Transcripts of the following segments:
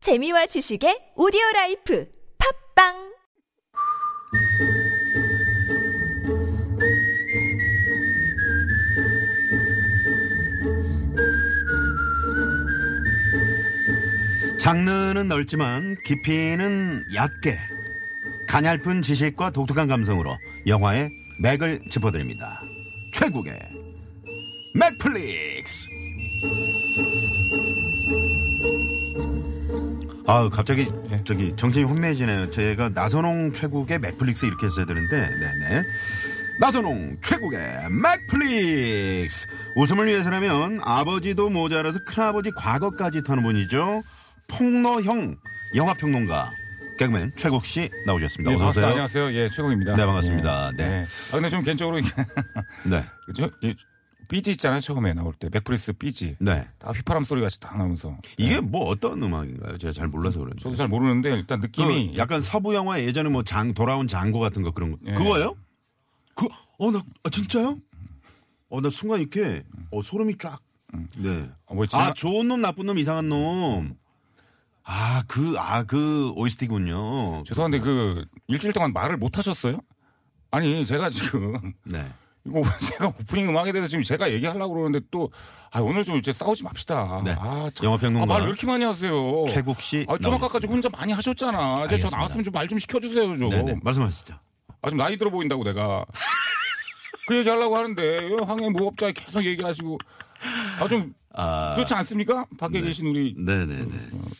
재미와 지식의 오디오 라이프 팝빵 장르는 넓지만 깊이는 얕게 가냘픈 지식과 독특한 감성으로 영화의 맥을 짚어드립니다. 최국의 맥플릭스. 아 갑자기 저기 정신이 혼미해지네요. 제가 나선홍 최국의 맥플릭스 이렇게 했어야 되는데 네네. 나선홍 최국의 맥플릭스 웃음을 위해서라면 아버지도 모자라서 큰아버지 과거까지 타는 분이죠 폭로형 영화평론가 개그맨 최국 씨 나오셨습니다 네, 어서 반갑습니다. 오세요 안녕하세요. 예, 최국입니다. 네, 반갑습니다. 예, 네. 아, 근데 좀 개인적으로 이게 네 저, 이 삐지 있잖아요. 처음에 나올 때. 맥프리스 삐지. 네. 다 휘파람 소리 같이 딱 나오면서. 이게 뭐 어떤 음악인가요 제가 잘 몰라서 그런데 저도 잘 모르는데 일단 느낌이 그 약간 서부 영화 예전에 뭐 장 돌아온 장고 같은 거 그런 거 예. 그거예요 그어나 아, 진짜요 어 나 순간 이렇게 어 소름이 쫙네 어, 뭐 지나- 아, 좋은 놈, 나쁜 놈, 이상한 놈. 아, 그, 아, 그, OST군요. 죄송한데 그 일주일 동안 말을 못 하셨어요? 아니, 제가 지금 네. 이거 제가 오프닝 음악에 대해서 지금 제가 얘기하려고 그러는데 또 아, 오늘 좀 이제 싸우지 맙시다. 네. 아, 영화평론가 아, 말왜 이렇게 많이 하세요? 최국 씨 아, 좀 나오셨습니다. 아까까지 혼자 많이 하셨잖아. 이제 저 알겠습니다. 나왔으면 좀 말 좀 시켜주세요, 좀. 네네. 말씀하시죠. 아, 지금 나이 들어 보인다고 내가. 그 얘기 하려고 하는데, 황해 무법자 계속 얘기하시고. 아, 좀, 아. 네. 그렇지 않습니까? 밖에 계신 우리, 네네네.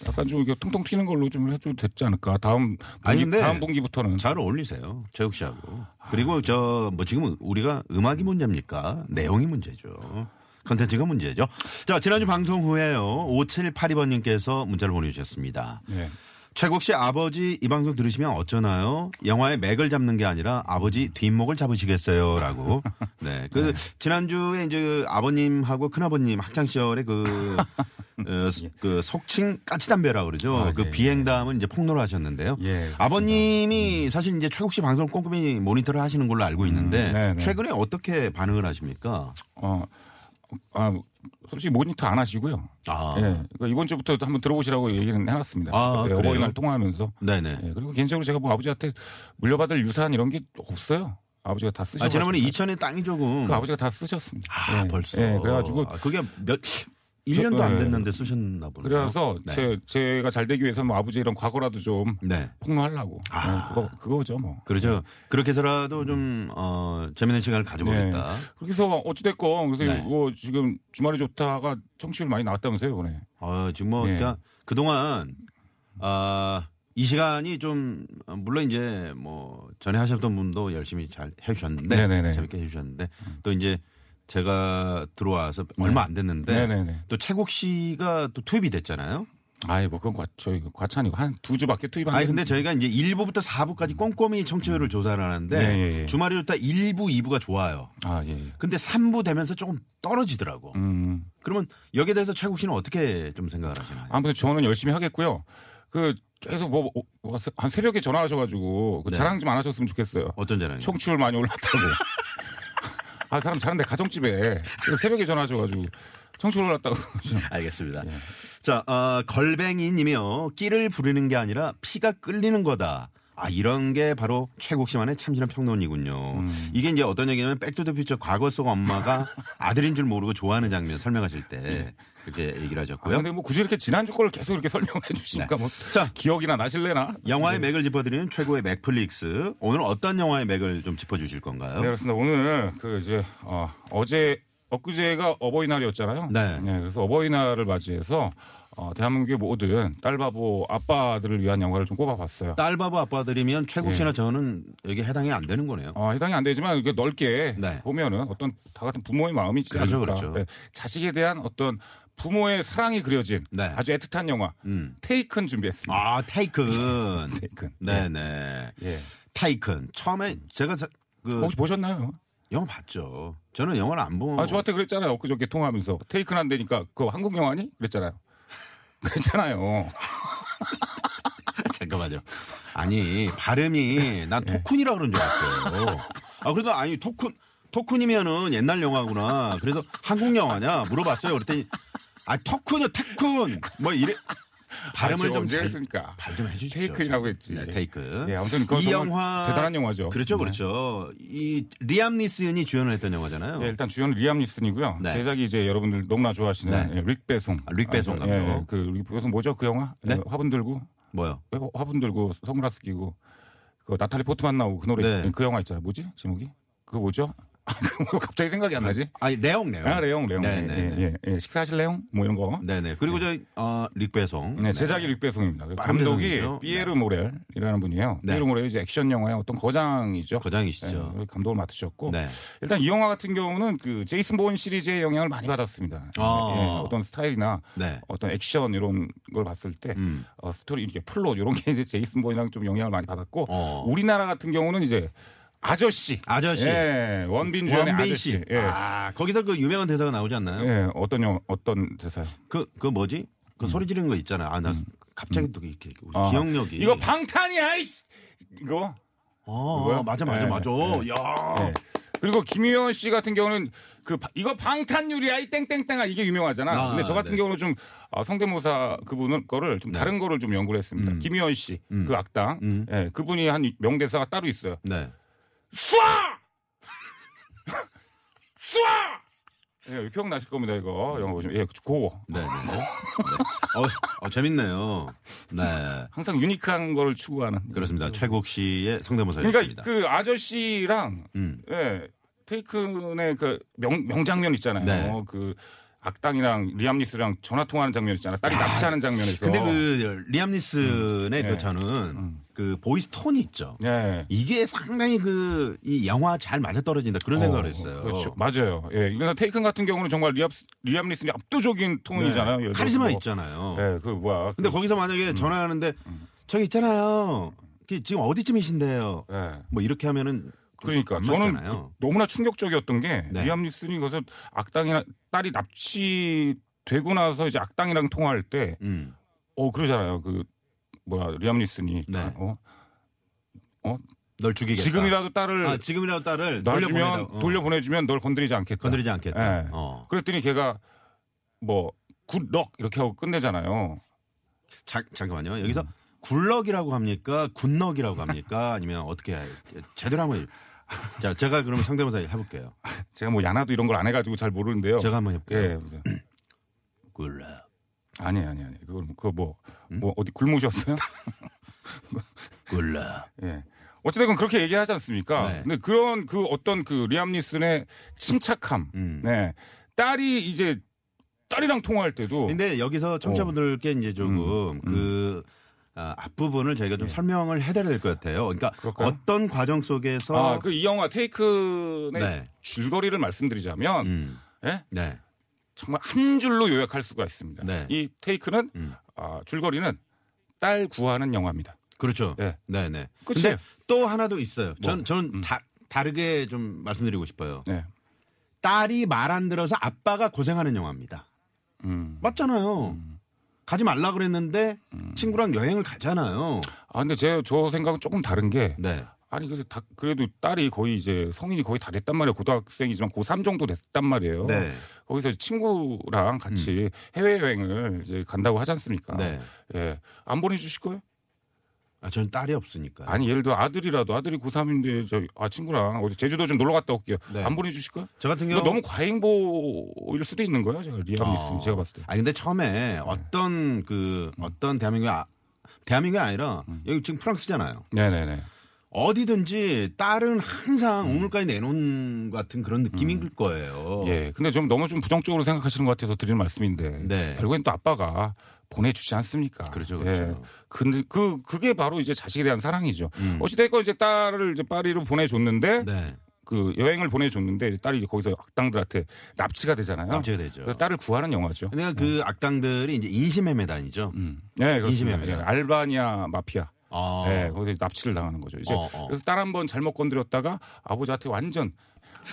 약간 좀 이렇게 통통 튀는 걸로 좀 해줘도 됐지 않을까. 다음, 분기, 아니, 근데 다음 분기부터는. 잘 어울리세요. 최국 씨하고. 그리고 저, 뭐 지금 우리가 음악이 문제입니까? 내용이 문제죠. 컨텐츠가 문제죠. 자, 지난주 방송 후에요. 5782번님께서 문자를 보내주셨습니다. 예. 최국 씨 아버지 이 방송 들으시면 어쩌나요? 영화의 맥을 잡는 게 아니라 아버지 뒷목을 잡으시겠어요? 라고. 네. 그, 지난주에 이제 그 아버님하고 큰아버님 학창시절에 그, 어, 그 속칭 까치담배라고 그러죠. 아, 그 예, 비행담은 이제 폭로를 하셨는데요. 예, 그렇습니다. 아버님이 사실 이제 최국 씨 방송을 꼼꼼히 모니터를 하시는 걸로 알고 있는데 음, 네, 네. 최근에 어떻게 반응을 하십니까? 어, 아, 솔직히 모니터 안 하시고요. 아. 예. 그러니까 이번 주부터 한번 들어보시라고 얘기는 해놨습니다. 아, 예, 그래요? 어버이날 통화하면서. 네네. 예, 그리고 개인적으로 제가 뭐 아버지한테 물려받을 유산 이런 게 없어요. 아버지가 다 쓰셨어요. 아, 지난번에 이천에 땅이 조금. 그 아버지가 다 쓰셨습니다. 아, 예. 벌써. 예, 그래가지고 아, 그게 몇, 1년도 안 예. 됐는데 쓰셨나 보네요. 그래서 네. 제, 제가 잘 되기 위해서 뭐 아버지 이런 과거라도 좀 네. 폭로하려고. 아. 네, 그거, 그거죠 뭐. 그렇죠. 그렇게 해서라도 좀, 어, 재밌는 시간을 가져보겠다. 네. 그렇게 해서 어찌됐건 그래서 네. 이거 지금 주말에 좋다가 청취율 많이 나왔다면서요, 이번에. 어, 지금 뭐, 네. 그러니까 그동안, 아, 이 시간이 좀, 어, 물론 이제 뭐, 전에 하셨던 분도 열심히 잘 해주셨는데, 네네네. 재밌게 해주셨는데, 또 이제 제가 들어와서 얼마 안 됐는데, 예. 네네네. 또 채국 씨가 또 투입이 됐잖아요. 아이, 뭐 그건 과, 저희 과찬이고 한 두 주밖에 투입한 아니 근데 저희가 이제 1부부터 4부까지 꼼꼼히 청취율을 조사를 하는데 예, 예, 예. 주말이 좋다 1부, 2부가 좋아요. 아, 예. 예. 근데 3부 되면서 조금 떨어지더라고. 음. 그러면 여기에 대해서 최국 씨는 어떻게 좀 생각을 하시나요? 아무튼 저는 열심히 하겠고요. 그 계속 뭐, 뭐, 한 새벽에 전화하셔가지고 그 네. 자랑 좀 안 하셨으면 좋겠어요. 예. 어떤 자랑이요? 청취율 많이 올랐다고. 아, 사람 자는데 가정집에 새벽에 전화하셔가지고 청취율 올랐다고. 예. 알겠습니다. 자, 어, 걸뱅이님이요. 끼를 부리는 게 아니라 피가 끌리는 거다. 아 이런 게 바로 최국 씨만의 참신한 평론이군요. 음. 이게 이제 어떤 얘기냐면 백투더퓨처 과거 속 엄마가 아들인 줄 모르고 좋아하는 장면 설명하실 때 이렇게 얘기를 예. 아, 하셨고요. 근데 뭐 굳이 이렇게 지난주 걸 계속 이렇게 설명을 해주시니까 뭐 네. 자. 예. 기억이나 나실래나? 영화의 맥을 짚어드리는 최고의 맥플릭스. 오늘 어떤 영화의 맥을 좀 짚어주실 건가요? 네, 그렇습니다. 오늘 그 이제 어, 어제 엊그제가 어버이날이었잖아요. 네. 그래서 어버이날을 맞이해서 어, 대한민국의 모든 딸바보 아빠들을 위한 영화를 좀 꼽아봤어요. 딸 바보 아빠들이면 최국 씨나 저는 여기 해당이 안 되는 거네요. 네. 어, 해당이 안 되지만 이게 넓게 네. 보면은 어떤 다 같은 부모의 마음이지 그렇죠, 않을까. 그렇죠. 예, 자식에 대한 어떤 부모의 사랑이 그려진 네. 아주 애틋한 영화 음. 테이큰 준비했습니다. 아, 타이큰. 테이큰. 네네. 예. 타이큰. 처음에 제가 사- 그 혹시 보셨나요? 영화 봤죠. 저는 영화를 안 본. 아 저한테 그랬잖아요. 엊그저께 통화하면서 테이큰 안 되니까 그거 한국 영화니? 그랬잖아요. 그랬잖아요. 잠깐만요. 아니 발음이 난 예. 토쿤이라 그런 줄 알았어요. 아 그래도 아니 토쿤 토쿤이면은 옛날 영화구나. 그래서 한국 영화냐 물어봤어요. 그랬더니 아 토쿤이요 테쿤 뭐 이래 발음을 제가 좀 언제 잘- 했습니까? 발 좀 해주시죠. 테이크라고 했지. 네, 테이크. 네, 아무튼 그거 이 정말 영화 대단한 영화죠. 그렇죠, 네. 그렇죠. 이 리암 니슨이 주연을 했던 영화잖아요. 예, 일단 주연은 리암 니슨이고요. 네. 제작이 이제 여러분들 너무나 좋아하시는 예, 릭 배송. 아, 릭 배송 아, 저, 감독. 예, 그릭 배송 뭐죠? 그 영화? 네? 예, 화분 들고 뭐요? 왜 화- 화분 들고 선글라스 끼고 그 나탈리 포트만 나오고 그 노래 네. 그 영화 있잖아요. 뭐지? 제목이? 그거 뭐죠? 아, 그거 갑자기 생각이 안 나지? 아니 레옹 레옹. 아, 레옹, 레옹. 네, 예, 네, 네. 예, 예, 예. 식사하실래요? 뭐 이런 거. 네네. 그리고 저 어, 릭배송. 네, 제작이 릭배송입니다. 그리고 빠른 감독이 배송이죠. 피에르 모렐이라는 분이에요. 네. 피에르 모렐이 이제 액션 영화의 어떤 거장이죠. 거장이시죠. 예, 감독을 맡으셨고 네. 일단 이 영화 같은 경우는 그 제이슨 본 시리즈의 영향을 많이 받았습니다. 아. 예, 어떤 스타일이나 네. 어떤 액션 이런 걸 봤을 때 음. 어, 스토리 이렇게 플롯 이런 게 이제 제이슨 본이랑 좀 영향을 많이 받았고 어. 우리나라 같은 경우는 이제 아저씨, 아저씨. 예, 원빈 주연의 원빈 아저씨, 씨. 예. 아 거기서 그 유명한 대사가 나오지 않나요? 예, 어떤 영 어떤 대사요? 그, 그 뭐지? 그 소리 지르는 거 있잖아. 아, 나 갑자기 또 이렇게 우리 음. 아, 기억력이. 이거 방탄이야 이- 이거. 아, 그거야? 맞아, 맞아, 예, 맞아. 야. 예. 그리고 김희원 씨 같은 경우는 그 바- 이거 방탄유리야 이 땡땡땡아 이게 유명하잖아. 아, 근데 저 같은 네. 경우는 좀 아, 성대모사 그분을 거를 좀 다른 거를 좀 연구를 했습니다. 김희원 씨 그 악당 음. 예, 그분이 한 명대사가 따로 있어요. 네. 쏴! 쏴! 예, 기억나실 겁니다 이거 영화 보시면 예 그거 네. 네. 네. 어, 어, 재밌네요. 네. 항상 유니크한 거를 추구하는. 그렇습니다. 최국 씨의 성대모사였습니다. 그러니까 그 아저씨랑 음. 예, 테이큰의 그 명, 명장면 있잖아요. 네. 어, 그 악당이랑 리암니스랑 전화 통화하는 장면 있잖아. 딸이 납치하는 장면에서. 근데 그 리암 니슨의 그 어. 예. 저는 그 보이스 톤이 있죠. 예. 이게 상당히 그 이 영화 잘 맞아 떨어진다 그런 생각을 어, 했어요. 그렇죠. 맞아요. 예. 이거나 테이큰 같은 경우는 정말 리암, 리암 니슨이 압도적인 네. 톤이잖아요. 예를 들어서 카리스마 뭐, 있잖아요. 예, 그 뭐야. 근데 그, 거기서 만약에 전화하는데 음. 저기 있잖아요. 그 지금 어디쯤이신데요? 예. 뭐 이렇게 하면은 그러니까 안 저는 맞잖아요. 그 너무나 충격적이었던 게 네. 리암 니슨이 거기서 악당이랑 딸이 납치 되고 나서 이제 악당이랑 통화할 때 음. 어 그러잖아요. 그 뭐야 리암 니슨이 네. 어? 널 죽이겠다. 지금이라도 딸을 아, 지금이라도 딸을 놔주면 돌려보내다. 어. 돌려보내주면 널 건드리지 않겠다. 건드리지 않겠다. 예. 어. 그랬더니 걔가 뭐 굿럭 이렇게 하고 끝내잖아요. 자, 잠깐만요. 여기서 음. 굴럭이라고 합니까? 굿럭이라고 합니까? 아니면 어떻게 해야- 제대로 한번 해- 자, 제가 그럼 상대모사 해볼게요. 제가 뭐 야나도 이런 걸 안 해가지고 잘 모르는데요. 제가 한번 해볼게요. 예 무슨- 굴럭. 아니 아니 아니 그거 그거 뭐, 음? 뭐 어디 굶으셨어요? 굴럭. 예. 어찌됐건 그렇게 얘기를 하지 않습니까? 네. 근데 그런 그 어떤 그 리암 니슨의 침착함, 음. 네 딸이 이제 딸이랑 통화할 때도 근데 여기서 청취자분들께 어. 이제 음, 조금 그 아, 앞부분을 저희가 좀 설명을 해드려야 될 것 같아요. 그러니까 예. 그럴까요? 어떤 과정 속에서 아, 그 이 영화 테이큰의 네. 줄거리를 말씀드리자면, 음, 예? 네. 정말 한 줄로 요약할 수가 있습니다. 네. 이 테이크는 음. 아, 줄거리는 딸 구하는 영화입니다. 그렇죠. 예. 네, 네. 끝이에요. 근데 또 하나 더 있어요. 뭐? 전, 저는 다, 다르게 좀 말씀드리고 싶어요. 네. 딸이 말 안 들어서 아빠가 고생하는 영화입니다. 음. 맞잖아요. 가지 말라 그랬는데 친구랑 여행을 가잖아요. 아, 근데 제 저 생각은 조금 다른 게 네. 아니 그래도 다, 그래도 딸이 거의 이제 성인이 거의 다 됐단 말이에요. 고등학생이지만 고3 정도 됐단 말이에요. 네. 음. 거기서 친구랑 같이 해외 여행을 이제 간다고 하지 않습니까? 네. 예. 안 보내 주실 거예요? 아, 저는 딸이 없으니까. 아니 예를 들어 아들이라도 아들이 고3인데 저 아 친구랑 어디 제주도 좀 놀러 갔다 올게요. 네. 안 보내주실까요? 저 같은 이거 경우 너무 과잉보일 수도 있는 거예요. 제가 리암 니슨 제가 봤을 때. 네. 아니 근데 처음에 어떤 그 어떤 대한민국 아, 대한민국이 아니라 음. 여기 지금 프랑스잖아요. 네네네. 어디든지 딸은 항상 우물가에 내놓은 것 같은 그런 느낌인 거예요. 음. 예. 근데 좀 너무 좀 부정적으로 생각하시는 것 같아서 드리는 말씀인데 네. 결국엔 또 아빠가 보내주지 않습니까? 그렇죠, 그렇죠. 예. 근데 그 그게 바로 이제 자식에 대한 사랑이죠. 어찌됐건 이제 딸을 이제 파리로 보내줬는데 음. 네. 그 여행을 보내줬는데 이제 딸이 이제 거기서 악당들한테 납치가 되잖아요. 깜짝이 되죠. 그래서 딸을 구하는 영화죠. 근데 그 악당들이 이제 인신매매 다니죠. 음. 네, 그렇습니다. 인심의 예, 매력. 알바니아 마피아. 아. 예, 거기서 납치를 당하는 거죠. 이제 어, 어. 그래서 딸 한 번 잘못 건드렸다가 아버지한테 완전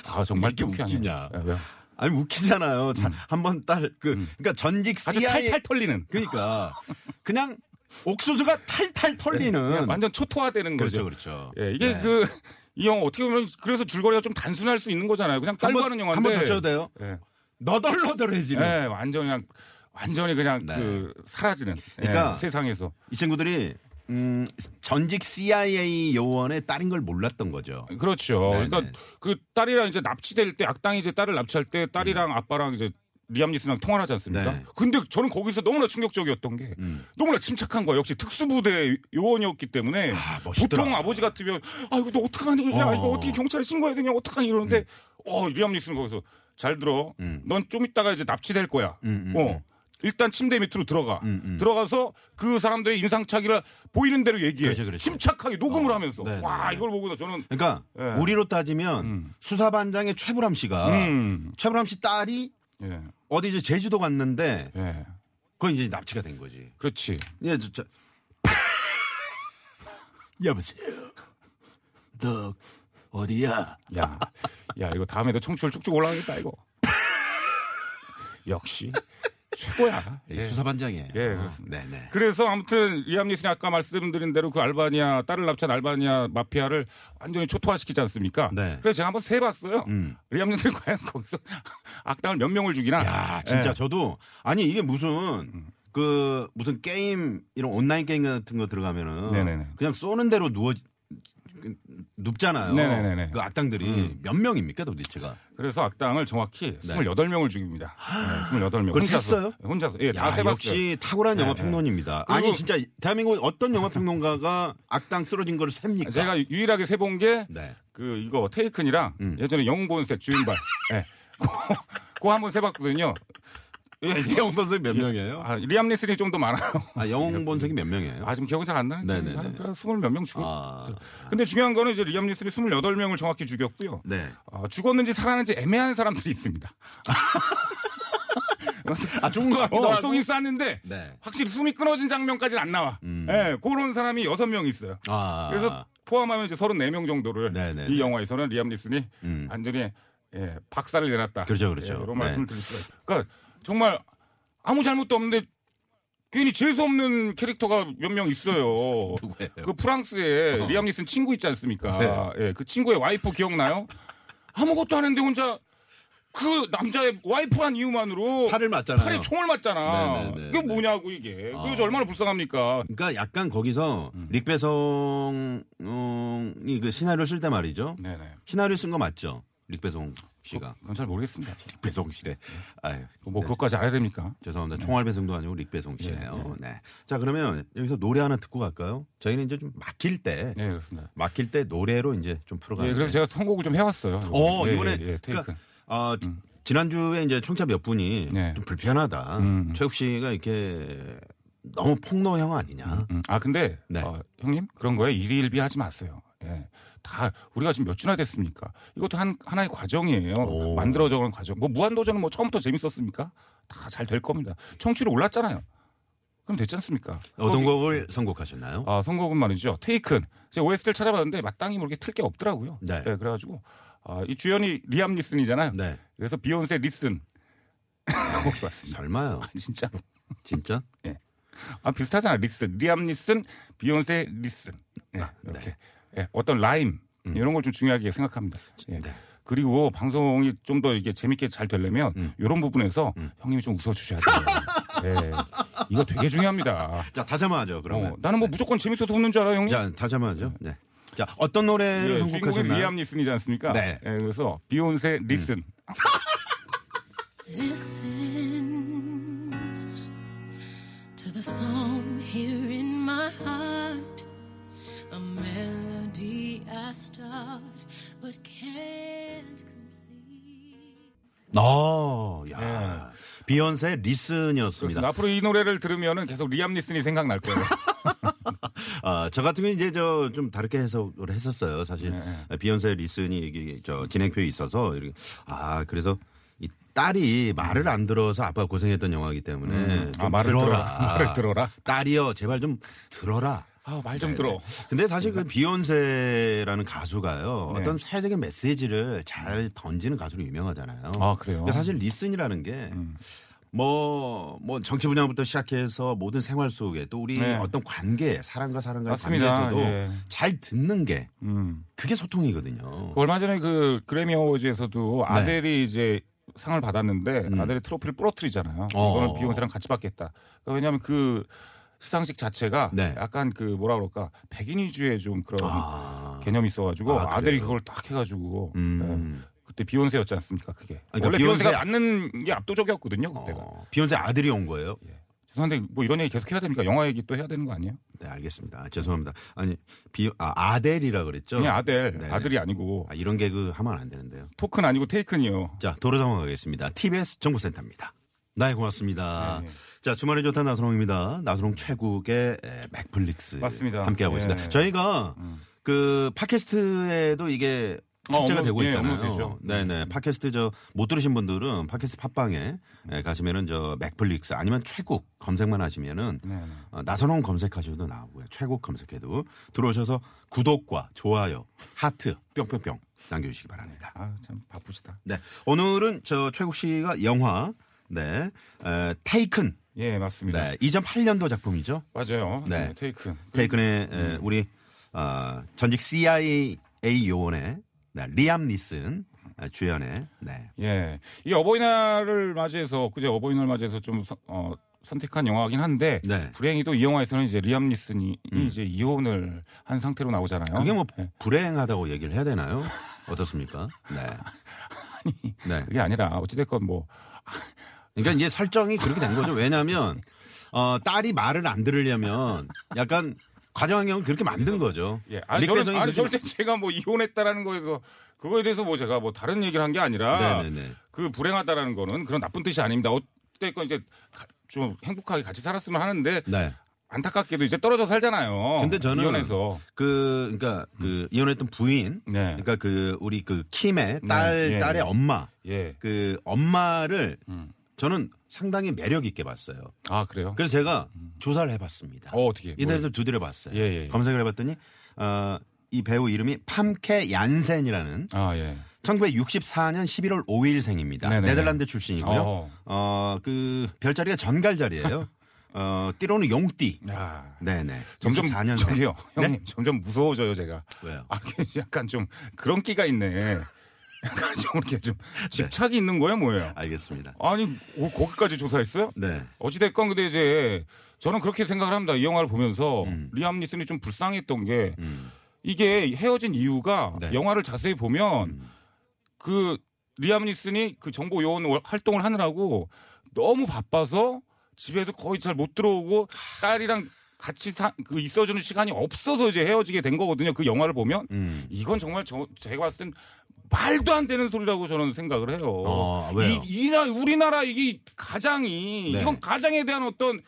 아 정말 이렇게 특이하네. 웃기냐. 예, 왜? 아니 웃기잖아요. 자 한번 딸 그 그러니까 전직 음. 아주 CIA 탈탈 털리는. 그러니까 그냥 옥수수가 탈탈 털리는 그냥 예, 완전 초토화되는 그렇죠 거죠. 그렇죠. 예, 이게 네. 그 이 영화 어떻게 보면 그래서 줄거리가 좀 단순할 수 있는 거잖아요. 그냥 한 깔고 번- 하는 영화인데. 한번 더 쳐도 돼요? 예. 너덜너덜해지는 예, 완전 그냥 완전히 그냥 네. 그 사라지는 예, 그러니까 세상에서 이 친구들이 음, 전직 CIA 요원의 딸인 걸 몰랐던 거죠. 그렇죠. 네, 그러니까 네. 그 딸이랑 이제 납치될 때 악당이 이제 딸을 납치할 때 딸이랑 아빠랑 이제 리암 니슨랑 통화를 하지 않습니까? 네. 음. 근데 저는 거기서 너무나 충격적이었던 게 너무나 침착한 거야. 역시 특수부대 요원이었기 때문에 아, 멋있더라. 보통 아버지 같으면 아 이거 너 어떡하니? 야 어. 이거 어떻게 경찰에 신고해야 되냐? 어떡하니? 이러는데 어 리암 니슨 거기서 잘 들어. 음. 넌 좀 있다가 이제 납치될 거야. 음, 음, 어. 일단 침대 밑으로 들어가. 음, 음. 들어가서 그 사람들의 인상착의를 보이는 대로 얘기해. 그렇죠, 그렇죠. 침착하게 녹음을 어. 하면서. 네, 와, 네. 이걸 보고서 저는 그러니까 예. 우리로 따지면 음. 수사반장의 최불암 씨가 음. 최불암 씨 딸이 예. 어디 이제 제주도 갔는데 예. 그건 이제 납치가 된 거지. 그렇지. 예, 저, 저. 여보세요. 너 어디야? 야. 야, 이거 다음에도 청취율 쭉쭉 올라가겠다, 이거. 역시 최고야. 예, 수사반장이에요. 예, 어, 그렇습니다. 네네. 그래서 아무튼 리암 니슨이 아까 말씀드린 대로 그 알바니아 딸을 납치한 알바니아 마피아를 완전히 초토화시키지 않습니까? 네. 그래서 제가 한번 세봤어요. 음. 리암 니슨 과연 거기서 악당을 몇 명을 죽이나? 야, 진짜 예. 저도 아니 이게 무슨 그 무슨 게임 이런 온라인 게임 같은 거 들어가면은 네네네. 그냥 쏘는 대로 누워 그, 눕잖아요. 네네네네. 음. 그 악당들이 몇 명입니까 도대체가? 그래서 악당을 정확히 28명을 죽입니다. 네, 28명. 네. 아. 그걸 혼자서. 셌어요? 혼자서. 예, 다 야, 세봤어요. 역시 탁월한 영화 네, 평론입니다. 그리고- 아니 진짜 대한민국 어떤 영화 평론가가 악당 쓰러진 거를 셉니까? 제가 유일하게 세본 게 네. 그 이거 테이큰이랑 음. 예전에 영본색 주인발 예. 그거 한번 세봤거든요. 예. 영웅 본색 몇 명이에요? 아, 리암 니슨이 좀 더 많아요. 아, 영웅 본색이 몇 명이에요? 아 지금 기억은 잘 안 나는데 네네네. 한 스물 몇 명 죽었. 아, 근데 중요한 거는 이제 리암 니슨이 28명을 정확히 죽였고요. 네. 아, 죽었는지 살아났는지 애매한 사람들이 있습니다. 아, 좋은 것 같기도 어, 하고. 속이 쌌는데 네. 확실히 숨이 끊어진 장면까지는 안 나와. 음. 예, 그런 사람이 여섯 명 있어요. 아. 그래서 포함하면 이제 34명 정도를 네네. 이 영화에서는 리암 니슨이 음. 완전히 예, 박살을 내놨다. 예, 그렇죠, 그렇죠. 이런 네. 말씀을 드릴 수가 있어요. 그러니까 정말 아무 잘못도 없는데 괜히 재수 없는 캐릭터가 몇 명 있어요. 누구예요? 어. 네. 그 프랑스에 리암 니슨 친구 있지 않습니까? 예, 그 친구의 와이프 기억나요? 아무것도 안 했는데 혼자 그 남자의 와이프한 이유만으로 팔을 맞잖아요. 팔에 총을 맞잖아. 네네네. 아. 이게 뭐냐고 이게. 그게 얼마나 불쌍합니까? 그러니까 약간 거기서 음. 릭배송이 그 시나리오 쓸 때 말이죠. 네네. 시나리오 쓴 거 맞죠? 릭배송 씨가. 그건 잘 모르겠습니다. 배송 씨래. 아유. 뭐 네, 그것까지 알아야 됩니까? 죄송합니다. 총알 배송도 아니고 릭배송 예, 씨네요. 네. 자, 그러면 여기서 노래 하나 듣고 갈까요? 저희는 이제 좀 막힐 때 네 그렇습니다. 막힐 때 노래로 이제 좀 풀어가는 예, 그래서 제가 선곡을 좀 해왔어요. 네. 어, 예, 이번에 예, 예, 테이크. 음. 그러니까 아, 지난주에 이제 청차 몇 분이 네. 좀 불편하다. 음. 최욱 씨가 이렇게 너무 폭로형 아니냐. 음, 아 근데 네. 어, 형님 그런 거에 일일비 하지 마세요. 예. 다 우리가 지금 몇 주나 됐습니까? 이것도 한 하나의 과정이에요. 오. 만들어져가는 과정. 뭐 무한도전은 뭐 처음부터 재밌었습니까? 다 잘 될 겁니다. 청취율 올랐잖아요. 그럼 됐지 않습니까? 어떤 거기- 곡을 선곡하셨나요? 아 선곡은 말이죠. 테이큰. 제가 OST를 찾아봤는데 마땅히 모르게 틀 게 없더라고요. 네. 예, 그래가지고 아, 이 주연이 리암 리슨이잖아요. 네. 그래서 비욘세 리슨. 선곡 좋았습니다. 설마요. 진짜로. 진짜? 아 비슷하잖아 리슨 리암 리슨 비욘세 리슨 예, 아, 네. 이렇게 예, 어떤 라임 이런 걸 좀 중요하게 생각합니다. 예. 음. 네. 그리고 방송이 좀 더 이게 재밌게 잘 되려면 음. 이런 부분에서 형님이 좀 웃어주셔야 돼요. 예. 이거 되게 중요합니다. 자, 다시 한번 하죠, 그러면. 네. 어, 나는 뭐 무조건 재밌어서 웃는 줄 알아요, 형님. 자, 다시 한번 하죠. 네. 자, 어떤 노래를 예, 주인공이 선곡하셨나요? 리암 리슨이지 않습니까? 네. 음, 예, 그래서 비욘세 리슨. Listen to the song here in my heart, a melody I start but can't complete. 어, 야. 비욘세 예. 그렇습니다. 리슨이었습니다. 앞으로 이 노래를 들으면은 계속 리암 리슨이 생각날 거예요. 아, 저 같은 경우는 이제 저 좀 다르게 해석을 했었어요. 예, 사실 아, 비욘세 리슨이 이게 저 진행표에 있어서 이렇게 아, 그래서 이 딸이 말을 안 들어서 아빠가 고생했던 영화이기 때문에 좀 예. 아, 말을 들어라. 들어라. 말을 들어라. 딸이여 제발 좀 들어라. 아, 말 좀 네, 들어. 네. 근데 사실 그 비욘세라는 가수가요. 그러니까. 네. 어떤 사회적인 메시지를 잘 던지는 가수로 유명하잖아요. 아, 그래요? 음. 근데 사실 리슨이라는 게 뭐, 뭐, 정치 분야부터 시작해서 모든 생활 속에 또 우리 네. 어떤 관계, 사람과 사람과의 맞습니다. 관계에서도 예. 잘 듣는 게 음. 그게 소통이거든요. 네. 그 얼마 전에 그 그래미 어워즈에서도 아델이 이제 상을 받았는데 아들의 트로피를 부러뜨리잖아요. 음. 어. 이거는 비욘세랑 같이 받겠다. 그러니까 왜냐하면 그 시상식 자체가 네. 약간 그 뭐라 그럴까 백인 위주의 좀 그런 아. 개념이 있어가지고 아, 아, 들이 그래요? 그걸 딱 해가지고 음. 예. 그때 비욘세였지 않습니까? 그게 그러니까 원래 비욘세- 비욘세... 가 맞는 게 압도적이었거든요. 그때가 어, 비욘세 아들이 온 거예요? 죄송한데 뭐 이런 얘기 계속 해야 됩니까? 영화 얘기 또 해야 되는 거 아니에요? 네, 알겠습니다. 아, 죄송합니다. 아니, 비, 아, 아델이라 그랬죠? 그냥 예, 아델 네네. 아들이 아니고 아, 이런 개그 하면 안 되는데요. 토큰 아니고 테이큰이요. 자, 도로 상황 가겠습니다. TBS 정보센터입니다. 나이 고맙습니다. 네. 자, 주말에 좋다 나선홍입니다. 나선홍 최국의 에, 맥플릭스. 맞습니다. 함께하고 예. 음. 있습니다. 저희가 그 팟캐스트에도 이게 어, 탑재가 업로드, 되고 예, 업로드 있잖아요. 되죠. 음. 네네. 팟캐스트 저 못 들으신 분들은 팟캐스트 팟빵에 에, 가시면은 저 맥플릭스 아니면 최국 검색만 하시면은 네네. 어, 나선홍 검색하셔도 나오고요. 최국 검색해도 들어오셔서 구독과 좋아요, 하트 뿅뿅뿅 남겨주시기 바랍니다. 아 참 바쁘시다. 네. 오늘은 저 최국 씨가 영화 네 에, 테이큰 예 맞습니다. 네 2008년도 작품이죠. 맞아요. 네. 네, 테이큰. 테이큰의 음. 에, 우리 어, 전직 CIA 요원의 네, 리암 니슨 어, 주연의 네. 예. 이 어버이날을 맞이해서 그제 어버이날 맞이해서 좀 서- 어, 선택한 영화긴 한데 네. 음. 불행히도 이 영화에서는 이제 리암 니슨이 이제 이혼을 한 상태로 나오잖아요. 그게 뭐 예. 불행하다고 얘기를 해야 되나요? 어떻습니까? 네. 네. 그게 아니라 어찌됐건 뭐 그러니까 이제 설정이 그렇게 된 거죠. 왜냐하면 어, 딸이 말을 안 들으려면 약간 과정환경을 그렇게 만든 거죠. 예. 아니 릭 저는 배송이 아니 그렇게- 절대 제가 뭐 이혼했다라는 거에서 그거에 대해서 뭐 제가 뭐 다른 얘기를 한 게 아니라 네네네. 그 불행하다라는 거는 그런 나쁜 뜻이 아닙니다. 어쨌건 이제 가- 좀 행복하게 같이 살았으면 하는데 네. 안타깝게도 이제 떨어져 살잖아요. 근데 저는 이혼해서 음. 그 그러니까 그 이혼했던 부인, 네. 그러니까 그 우리 그 킴의 딸 네, 예, 딸의 예. 엄마, 예. 그 엄마를 음. 저는 상당히 매력 있게 봤어요. 아 그래요? 그래서 제가 조사를 해봤습니다. 음. 어 어떻게? 인터넷을 두드려봤어요. 예, 예, 예. 검색을 해봤더니 어, 이 배우 이름이 팜케 얀센이라는 아 예. 1964년 11월 5일생입니다. 네네네. 네덜란드 출신이고요. 어. 어 그 별자리가 전갈 자리예요. 어 띠로는 용띠. 야. 네네. 점점 64년생. 저기요, 네? 형님 점점 무서워져요 제가. 왜요? 아, 이게 약간 좀 그런 끼가 있네. 약간 좀 이렇게 좀 집착이 있는 거예요, 뭐예요? 알겠습니다. 아니 오, 거기까지 조사했어요? 네. 어찌됐건 근데 이제 저는 그렇게 생각을 합니다. 이 영화를 보면서 리암 니슨이 좀 불쌍했던 게 음. 이게 헤어진 이유가 네. 음. 영화를 자세히 보면 그 리암 니슨이 그 정보 요원 월- 활동을 하느라고 너무 바빠서 집에도 거의 잘 못 들어오고 딸이랑 같이 사- 그 있어주는 시간이 없어서 이제 헤어지게 된 거거든요. 그 영화를 보면 음. 이건 정말 저, 제가 봤을 땐 말도 안 되는 소리라고 저는 생각을 해요. 어, 왜요? 이, 이 나, 우리나라 이게 가장이 네. 이건 가장에 대한 어떤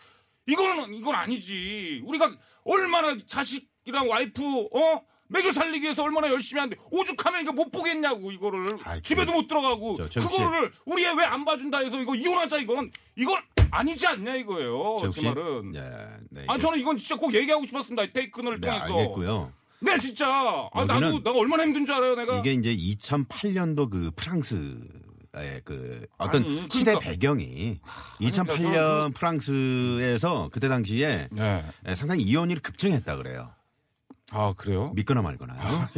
이거는 이건 아니지. 우리가 얼마나 자식이랑 와이프 어 먹여 살리기 위해서 얼마나 열심히 하는데 오죽하면 이거 못 보겠냐고 이거를 아이, 그 집에도 못 들어가고 저, 최욱 씨. 그거를 우리 애 왜 안 봐준다 해서 이거 이혼하자 이건 이건 아니지 않냐 이거예요. 저 그 혹시- 말은. 네. 네. 아 저는 이건 진짜 꼭 얘기하고 싶었습니다. 이 테이큰을 네, 통해서. 알겠고요. 네 진짜 아, 나도 여기는- 내가 얼마나 힘든 줄 알아요 내가 이게 이제 2008년도 그 프랑스 의그 어떤 아니, 시대 그러니까- 배경이 그러니까 2008년 저는 프랑스에서 그때 당시에 네. 예, 상당히 이혼율이 급증했다 그래요. 아 그래요? 믿거나 말거나요.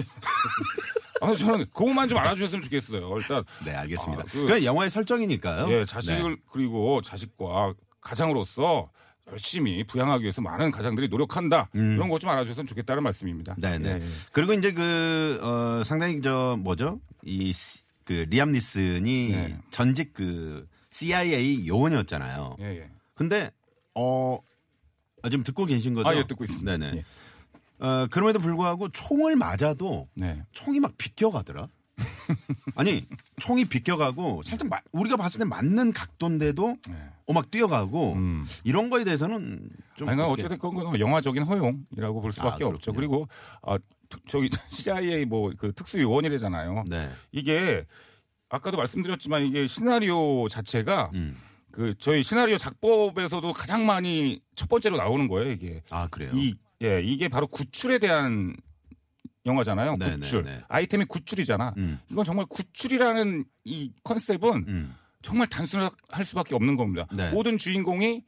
아 저는 그것만 좀 알아주셨으면 좋겠어요. 일단 네, 알겠습니다. 네. 아, 그, 그- 영화의 설정이니까요. 예 자식을 그리고 자식과 가장으로서 열심히 부양하기 위해서 많은 가장들이 노력한다 이런 것 좀 알아주셨으면 좋겠다는 말씀입니다. 음. 네, 네. 예, 예. 그리고 이제 그, 어, 상당히 저, 뭐죠? 이, 시- 그, 리암 니슨이 네. 전직 그 CIA 요원이었잖아요. 예, 예. 근데, 어, 아, 지금 듣고 계신 거죠? 아, 예, 듣고 있습니다. 네네. 예. 어, 그럼에도 불구하고 총을 맞아도 네. 총이 막 비껴가더라. 아니, 총이 비껴가고 살짝 마- 우리가 봤을 때 맞는 각도인데도 네. 어, 막 뛰어가고 음. 이런 거에 대해서는 좀. 아니, 그러니까 어떻게- 어쨌든 그건 영화적인 허용이라고 볼 수밖에 아, 없죠. 그렇군요. 그리고 아, 투- 저기 CIA 뭐 그 특수 요원이래잖아요. 네. 이게 아까도 말씀드렸지만 이게 시나리오 자체가 음. 그 저희 시나리오 작법에서도 가장 많이 첫 번째로 나오는 거예요 이게 아, 그래요? 이 예 이게 바로 구출에 대한 영화잖아요 네, 구출 네, 네. 아이템이 구출이잖아 음. 이건 정말 구출이라는 이 컨셉은 음. 정말 단순할 수밖에 없는 겁니다 네. 모든 주인공이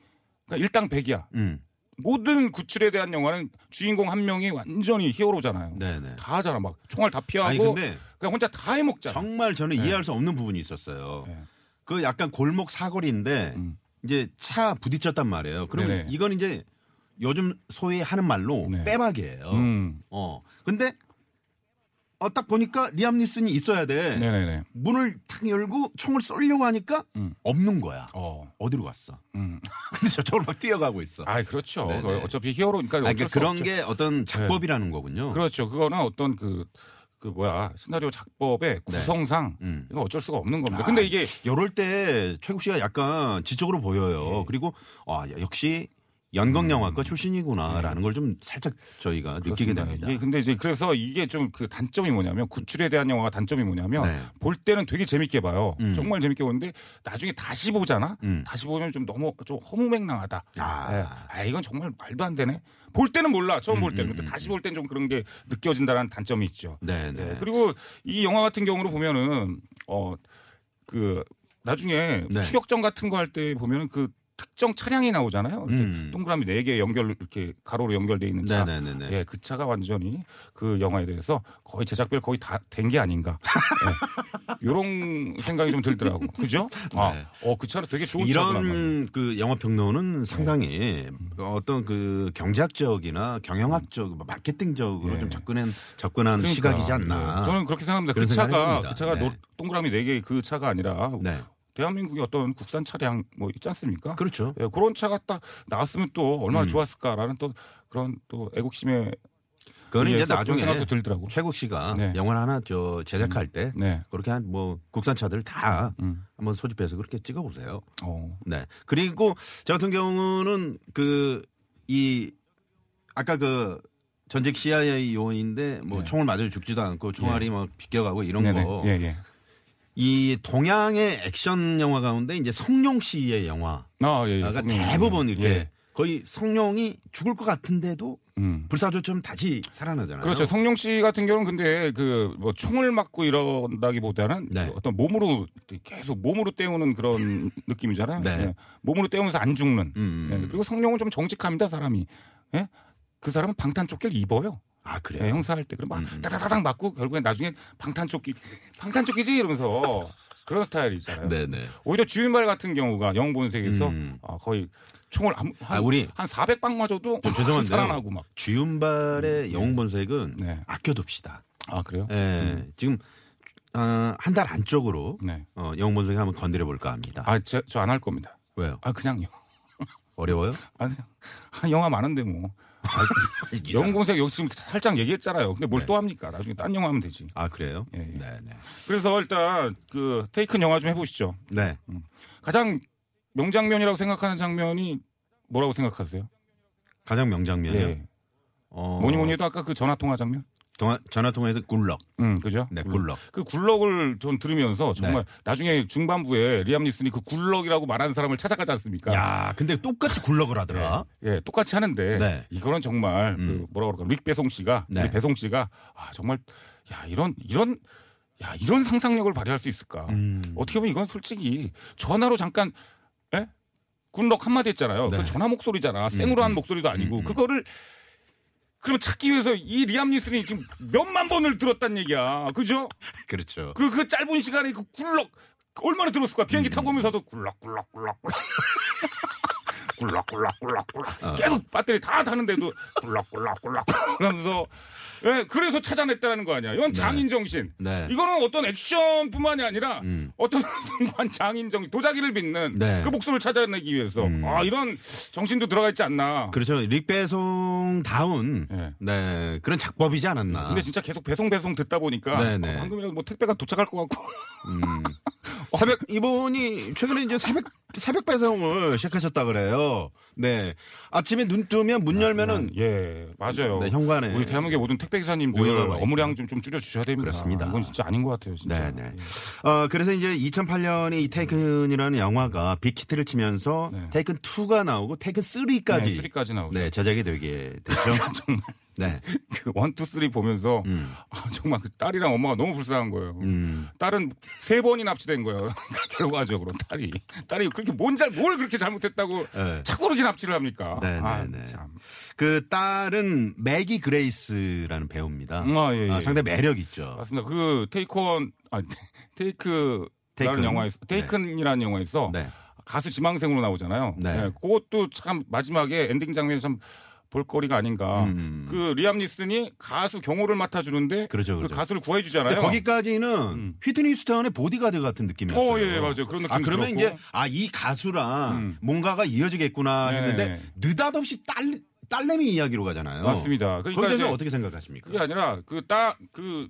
그러니까 일당백이야 음. 모든 구출에 대한 영화는 주인공 한 명이 완전히 히어로잖아요 네네. 다 하잖아 막 총알 다 피하고 아니 근데 그냥 혼자 다 해먹잖아 정말 저는 이해할 수 없는 부분이 있었어요. 네. 그 약간 골목 사거리인데 음. 이제 차 부딪혔단 말이에요. 그러면 네네. 이건 이제 요즘 소위 하는 말로 네. 빼박이에요. 음. 어. 근데 어, 딱 보니까 리암 니슨이 있어야 돼. 네네네. 문을 탁 열고 총을 쏠려고 하니까 음. 없는 거야. 어. 어디로 갔어? 음. 근데 저쪽으로 막 뛰어가고 있어. 아, 그렇죠. 네네. 그 어차피 히어로니까 아, 어쩔 그러니까 수 그런 없죠. 네. 게 어떤 작법이라는 거군요. 그렇죠. 그거는 어떤 그, 그 뭐야 시나리오 작법의 구성상 네. 음. 이거 어쩔 수가 없는 겁니다. 아, 근데 이게 요럴 때 최국 씨가 약간 지적으로 네. 보여요. 그리고 아 역시 음. 연극 영화과 출신이구나라는 걸 좀 살짝 저희가 느끼게 네. 그렇습니다. 됩니다. 이게 근데 이제 그래서 이게 좀 그 단점이 뭐냐면 구출에 대한 영화가 단점이 뭐냐면 네. 볼 때는 되게 재밌게 봐요. 음. 정말 재밌게 보는데 나중에 다시 보잖아. 음. 다시 보면 좀 너무 좀 허무맹랑하다. 아. 예. 아, 이건 정말 말도 안 되네. 볼 때는 몰라. 처음 볼 때는. 음, 근데 다시 볼 때는 좀 그런 게 느껴진다라는 단점이 있죠. 네, 네. 네. 그리고 이 영화 같은 경우로 보면은 어 그 나중에 네. 추격전 같은 거 할 때 보면은 그 특정 차량이 나오잖아요. 이렇게 음. 동그라미 네 개 연결 이렇게 가로로 연결돼 있는 차. 네, 네, 네, 네. 예, 그 차가 완전히 그 영화에 대해서 거의 제작비를 거의 다 된 게 아닌가. 이런 생각이 좀 들더라고. 그죠? 아, 네. 어, 그 차를 되게 좋은 차더란 말이에요. 이런 그 영화 네. 평론은 상당히 음. 어떤 그 경제학적이나 경영학적, 뭐 마케팅적으로 예. 좀 접근한 접근한 그러니까, 시각이지 않나. 예. 저는 그렇게 생각합니다. 그 그런 생각을 차가 해봅니다. 그 차가 네. 노- 동그라미 네 개 그 차가 아니라 네, 대한민국의 어떤 국산 차량 뭐 있지 않습니까? 그렇죠. 예, 그런 차가 딱 나왔으면 또 얼마나 음. 좋았을까라는 또 그런 또 애국심에 그거는 이제 의해서 그런 나중에 생각도 들더라고. 최국 씨가 네. 영화 하나 저 제작할 때 네. 그렇게 한 뭐 국산차들 다 음. 한번 소집해서 그렇게 찍어보세요. 어. 네. 그리고 저 같은 경우는 그 이 아까 그 전직 CIA 요원인데 뭐 네. 총을 맞아 죽지도 않고 총알이 막 비껴가고 이런 네네. 거. 예, 예. 이 동양의 액션 영화 가운데 이제 성룡 씨의 영화가 아, 예, 예. 성룡이. 대부분 이렇게 예. 거의 성룡이 죽을 것 같은데도 음. 불사조처럼 다시 살아나잖아요. 그렇죠. 성룡 씨 같은 경우는 근데 그 뭐 총을 맞고 이런다기보다는 네. 그 어떤 몸으로 계속 몸으로 때우는 그런 느낌이잖아요. 네. 예. 몸으로 때우면서 안 죽는. 음, 음. 예. 그리고 성룡은 좀 정직합니다. 사람이. 예? 그 사람은 방탄조끼를 입어요. 아 예, 그래요. 형사할 때 그럼 막 음, 따다다닥 맞고 결국엔 나중에 방탄조끼 방탄조끼지 이러면서 그런 스타일이잖아요. 네네. 오히려 주인발 같은 경우가 영본색에서 음. 아, 거의 총을 한, 한, 아, 우리- 한 400방 맞아도 저 죄송한데요. 살아나고 막. 주윤발의 영웅본색은 예. 네. 아껴둡시다. 아 그래요? 예, 지금 어, 한달 안쪽으로 네. 어, 영웅본색 한번 건드려 볼까 합니다. 아, 저 안 할 겁니다. 왜요? 아, 그냥요. 어려워요? 아, 그냥. 아, 영화 많은데 뭐. 이 사람. 영공색 여기 지금 살짝 얘기했잖아요. 근데 네. 뭘 또 합니까? 나중에 딴 영화 하면 되지. 아 그래요? 예, 예. 네, 네. 그래서 일단 그 테이큰 영화 좀 해보시죠. 네. 가장 명장면이라고 생각하는 장면이 뭐라고 생각하세요? 가장 명장면이요. 예. 어, 뭐니 뭐니 해도 아까 그 전화 통화 장면? 통화- 전화 통화에서 굴럭. 음, 그죠? 네, 굴럭. 그 굴럭을 전 들으면서 정말 나중에 중반부에 리암 니슨이 그 굴럭이라고 말하는 사람을 찾아가지 않습니까? 야, 근데 똑같이 굴럭을 하더라. 예, 똑같이 하는데 네. 음. 이거는 정말 그 뭐라 그럴까? 릭 배송 씨가 네. 우리 배송 씨가 아 정말 야 이런 이런 야 이런 상상력을 발휘할 수 있을까? 음. 어떻게 보면 이건 솔직히 전화로 잠깐 예? 군럭 한마디 했잖아요. 네. 음. 그 전화 목소리잖아. 생으로 한 목소리도 아니고 그거를 그럼 찾기 위해서 이 리암 니슨이 지금 몇만 번을 들었단 얘기야. 그죠? 그렇죠. 그리고 그 짧은 시간에 그 굴럭 얼마나 들었을 거야 음. 비행기 타고 오면서도 굴럭 굴럭 굴럭 굴럭 굴럭 굴럭 굴럭 굴럭 어. 계속 배터리 다 타는데도 굴럭 굴럭 굴럭 그러면서 예 그래서 찾아냈다는 거 아니야 이건 장인 정신 네. 이거는 어떤 액션뿐만이 아니라 음. 어떤 순간 장인 정신 도자기를 빚는 네. 그 목소리를 찾아내기 위해서 음. 아 이런 정신도 들어가 있지 않나 그렇죠. 릭배송 다운 예. 네 그런 작법이지 않았나. 근데 진짜 계속 배송 배송 듣다 보니까 아. 네네. 어, 방금이라도 뭐 택배가 도착할 것 같고 음. 새벽 이분이 최근에 이제 새벽 새벽 배송을 시작하셨다 그래요. 네 아침에 눈 뜨면 문 열면은 예 맞아요. 네, 현관에 우리 대한민국의 모든 택배 오해가 기사님들 많이 업무량 좀, 좀 줄여 주셔야 됩니다. 그렇습니다. 이건 진짜 아닌 것 같아요. 진짜. 네네. 예. 어 그래서 이제 2008년에 이 테이큰이라는 영화가 빅히트를 치면서 네. 테이큰 2가 나오고 테이큰 3까지 네, 쓰리까지 나오죠. 네, 제작이 되게 됐죠. 정말 네. 그 원투 쓰리 보면서 음. 아, 정말 그 딸이랑 엄마가 너무 불쌍한 거예요. 음. 딸은 세 번이 납치된 거예요. 결과적으로 딸이 딸이 그렇게 뭔잘뭘 그렇게 잘못했다고 네. 자꾸 그렇게 납치를 합니까? 네, 아, 네, 네. 참. 그 딸은 매기 그레이스라는 배우입니다. 아, 음, 예, 예. 상당히 매력 있죠. 맞습니다. 그 테이크온 아니 테이크 테이큰. 라는 영화에서 테이큰이라는 영화에서 네. 가수 지망생으로 나오잖아요. 네. 네. 그것도 참 마지막에 엔딩 장면이 참 볼거리가 아닌가. 음. 그 리암 니슨이 가수 경호를 맡아주는데 그렇죠, 그 그렇죠. 가수를 근데 구해주잖아요. 거기까지는 음. 휘트니 스턴의 보디가드 같은 느낌이었어요. 어, 예, 예, 맞아요. 그런 아 느낌도 그러면 들었고. 이제 아 이 가수랑 음. 뭔가가 이어지겠구나 했는데 네네. 느닷없이 딸 딸내미 이야기로 가잖아요. 맞습니다. 그러니까 거기에 대해서 이제 어떻게 생각하십니까? 그게 아니라 그 따 그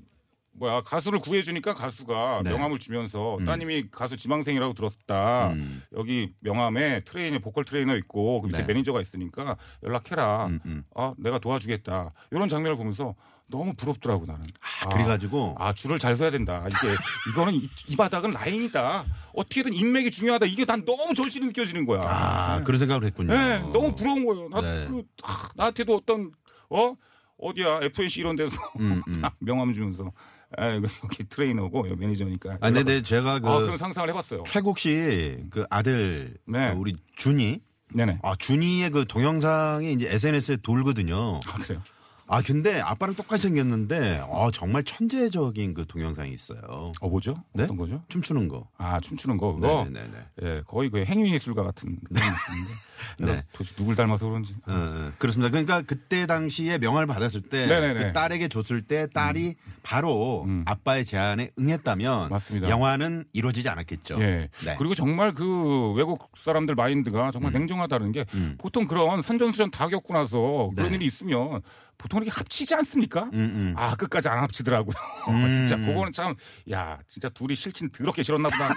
뭐야 가수를 구해주니까 가수가 네. 명함을 주면서 음. 따님이 가수 지망생이라고 들었다. 음. 여기 명함에 트레이너 보컬 트레이너 있고 그 밑에 네. 매니저가 있으니까 연락해라. 음, 음. 아 내가 도와주겠다. 이런 장면을 보면서 너무 부럽더라고 나는. 아, 그래가지고 아 줄을 잘 서야 된다. 이게 이거는 이, 이 바닥은 라인이다. 어떻게든 인맥이 중요하다. 이게 난 너무 절실히 느껴지는 거야. 아, 그런 생각을 했군요. 네, 너무 부러운 거예요. 나, 네. 그, 하, 나한테도 어떤 어 어디야 FNC 이런 데서 음, 음. 딱 명함 주면서 아, 이거 여기 트레이너고 여기 매니저니까. 아, 근데 네, 제가 그 아, 그런 상상을 해봤어요. 최국 씨 그 아들 네. 그 우리 준이 네네. 아 준이의 그 동영상이 이제 SNS에 돌거든요. 아, 그래요. 아 근데 아빠랑 똑같이 생겼는데 아 정말 천재적인 그 동영상이 있어요. 어 뭐죠? 네? 어떤 거죠? 춤추는 거. 아 춤추는 거 그거. 네네네. 예, 거의 그 행위예술가 같은. 그런 느낌인데. 네. 내가 도대체 누굴 닮아서 그런지. 어, 어, 그렇습니다. 그러니까 그때 당시에 명함을 받았을 때 네네네. 음. 그 딸에게 줬을 때 딸이 바로 아빠의 제안에 응했다면 맞습니다. 영화는 이루어지지 않았겠죠. 예. 네. 음. 그리고 정말 그 외국 사람들 마인드가 정말 냉정하다는 게 보통 그런 산전수전 다 겪고 나서 그런 네. 일이 있으면 보통 이렇게 합치지 않습니까? 음, 음. 아 끝까지 안 합치더라고요. 진짜 그거는 참 야 진짜 둘이 싫긴 더럽게 싫었나 보다.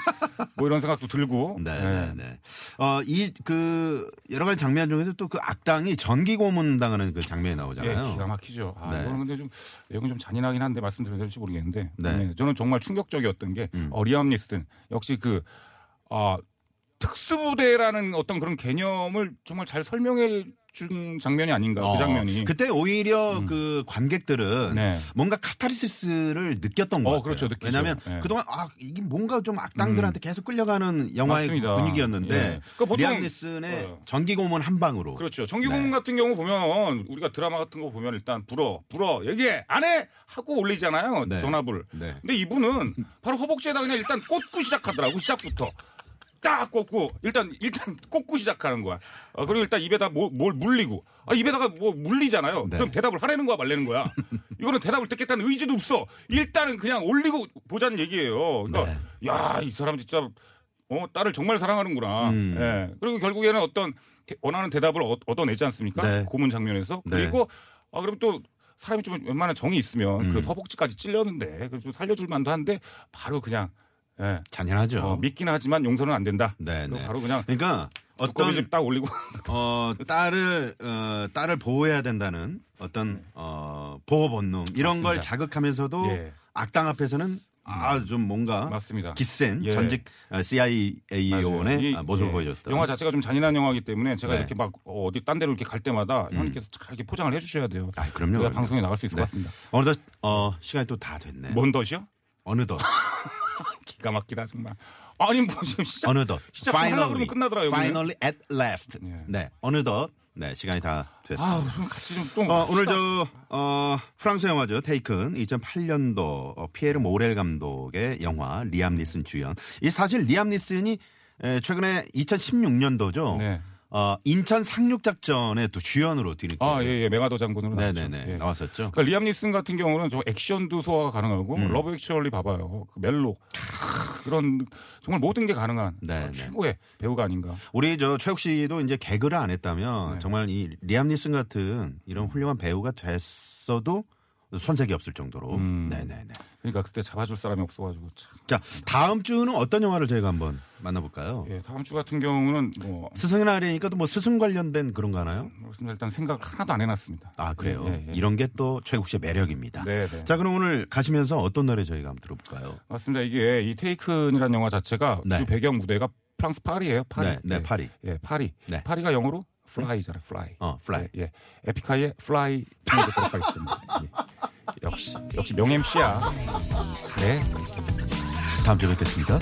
뭐 이런 생각도 들고. 네, 네, 네. 어, 이 그 여러 가지 장면 중에서 또 그 악당이 전기 고문 당하는 그 장면이 예, 나오잖아요. 기가 막히죠. 아, 네. 이거는 근데 좀 내용이 좀 잔인하긴 한데 말씀드려도 될지 모르겠는데 네. 음. 네, 저는 정말 충격적이었던 게 어, 리암 니슨 역시 그 아, 특수부대라는 어떤 그런 개념을 정말 잘 설명해 준 장면이 아닌가 어, 그 장면이. 음. 그때 오히려 그 관객들은 네. 뭔가 카타르시스를 느꼈던 것 어, 같아요. 그렇죠. 느끼죠. 왜냐하면 예. 음. 그동안 아 이게 뭔가 좀 악당들한테 계속 끌려가는 영화의 맞습니다. 분위기였는데 예. 그러니까 보통- 리암 니슨의 어. 전기고문 한 방으로 그렇죠. 정기공 네. 같은 경우 보면 우리가 드라마 같은 거 보면 일단 불어, 불어, 얘기해, 안 해! 하고 올리잖아요. 네. 전화불. 네. 근데 이분은 바로 허벅지에다 그냥 일단 꽂고 시작하더라고, 시작부터. 딱 꽂고, 일단, 일단 꽂고 시작하는 거야. 어, 그리고 일단 입에다 뭐, 뭘 물리고. 아, 입에다가 뭐 물리잖아요. 네. 그럼 대답을 하라는 거야, 말라는 거야. 이거는 대답을 듣겠다는 의지도 없어. 일단은 그냥 올리고 보자는 얘기예요. 그러니까, 네. 야, 이 사람 진짜 어, 딸을 정말 사랑하는구나. 음. 예. 그리고 결국에는 어떤 대- 원하는 대답을 얻- 얻어내지 않습니까? 네. 고문 장면에서. 네. 그리고 아, 그럼 또 사람이 좀 웬만한 정이 있으면 음. 그래도 허벅지까지 찔렸는데 그래도 좀 살려줄 만도 한데 바로 그냥 예. 잔인하죠. 어, 믿긴 하지만 용서는 안 된다. 네, 그리고 네. 바로 그냥 그러니까 두꺼비 어떤 집딱 올리고 어, 딸을 어, 딸을 보호해야 된다는 어떤 어, 보호 본능 이런 걸 네. 맞습니다. 자극하면서도 예. 음. 악당 앞에서는 아 좀 뭔가 맞습니다. 기센 예. 전직 어, CIA 맞아요. 요원의 이- 아, 모습을 예. 보여줬다. 영화 자체가 좀 잔인한 영화이기 때문에 제가 네. 음. 이렇게 막 어, 어디 딴 데로 이렇게 갈 때마다 형님께서 잘 이렇게 포장을 해주셔야 돼요. 아, 그럼요, 그래야 그럼요. 방송에 나갈 수 있을 것 같습니다. 뭐? 어느덧 네. 어, 시간이 또 다 됐네. 뭔 덫이요? 어느덧 기가 막히다 정말. 아니 뭐 지금 시작 어느덧 시작 좀 하려고 그러면 끝나더라고요, 그냥. Finally at last. 예. 네 어느덧 네 시간이 다 됐습니다. 아, 좀 같이 좀또 어, 오늘 저, 어, 프랑스 영화죠. 테이큰. 2008년도 어, 피에르 모렐 감독의 영화 리암 니슨 주연. 이 사실 리암 니슨이 에, 최근에 2016년도죠. 네. 어, 인천 상륙작전의 또 주연으로 뒤늦게. 아, 예, 예. 메가더 장군으로 나왔죠. 네네네. 아. 예. 나왔었죠. 그러니까 리암 니슨 같은 경우는 저 액션도 소화가 가능하고 음. 러브 액츄얼리 봐봐요. 그 멜로. 그런 정말 모든 게 가능한 네, 네. 최고의 배우가 아닌가. 우리 저 최욱 씨도 이제 개그를 안 네. 했다면 정말 이 리암 니슨 같은 이런 훌륭한 배우가 됐어도 손색이 없을 정도로. 음. 네네네. 그러니까 그때 잡아줄 사람이 없어가지고 참. 자, 다음 주는 어떤 영화를 저희가 한번 만나볼까요? 예, 다음 주 같은 경우는 뭐 스승의 날이니까 또 뭐 스승 관련된 그런 거 하나요? 그렇습니다. 일단 생각 하나도 안 해놨습니다. 아 그래요. 예, 예. 이런 게 또 최국 씨의 매력입니다. 네, 네. 자 그럼 오늘 가시면서 어떤 노래 저희가 한번 들어볼까요? 맞습니다. 이게 이 테이큰이라는 영화 자체가 네. 주 배경 무대가 프랑스 파리예요. 파리. 네, 네, 예. 파리. 예, 파리. 네. 파리가 영어로 fly잖아요. fly. 어, fly. 예, 예. 에픽하이의 fly 들어도록 하겠습니다. 예. 역시 역시 명 MC야. 네. 예. 다음 주에 뵙겠습니다.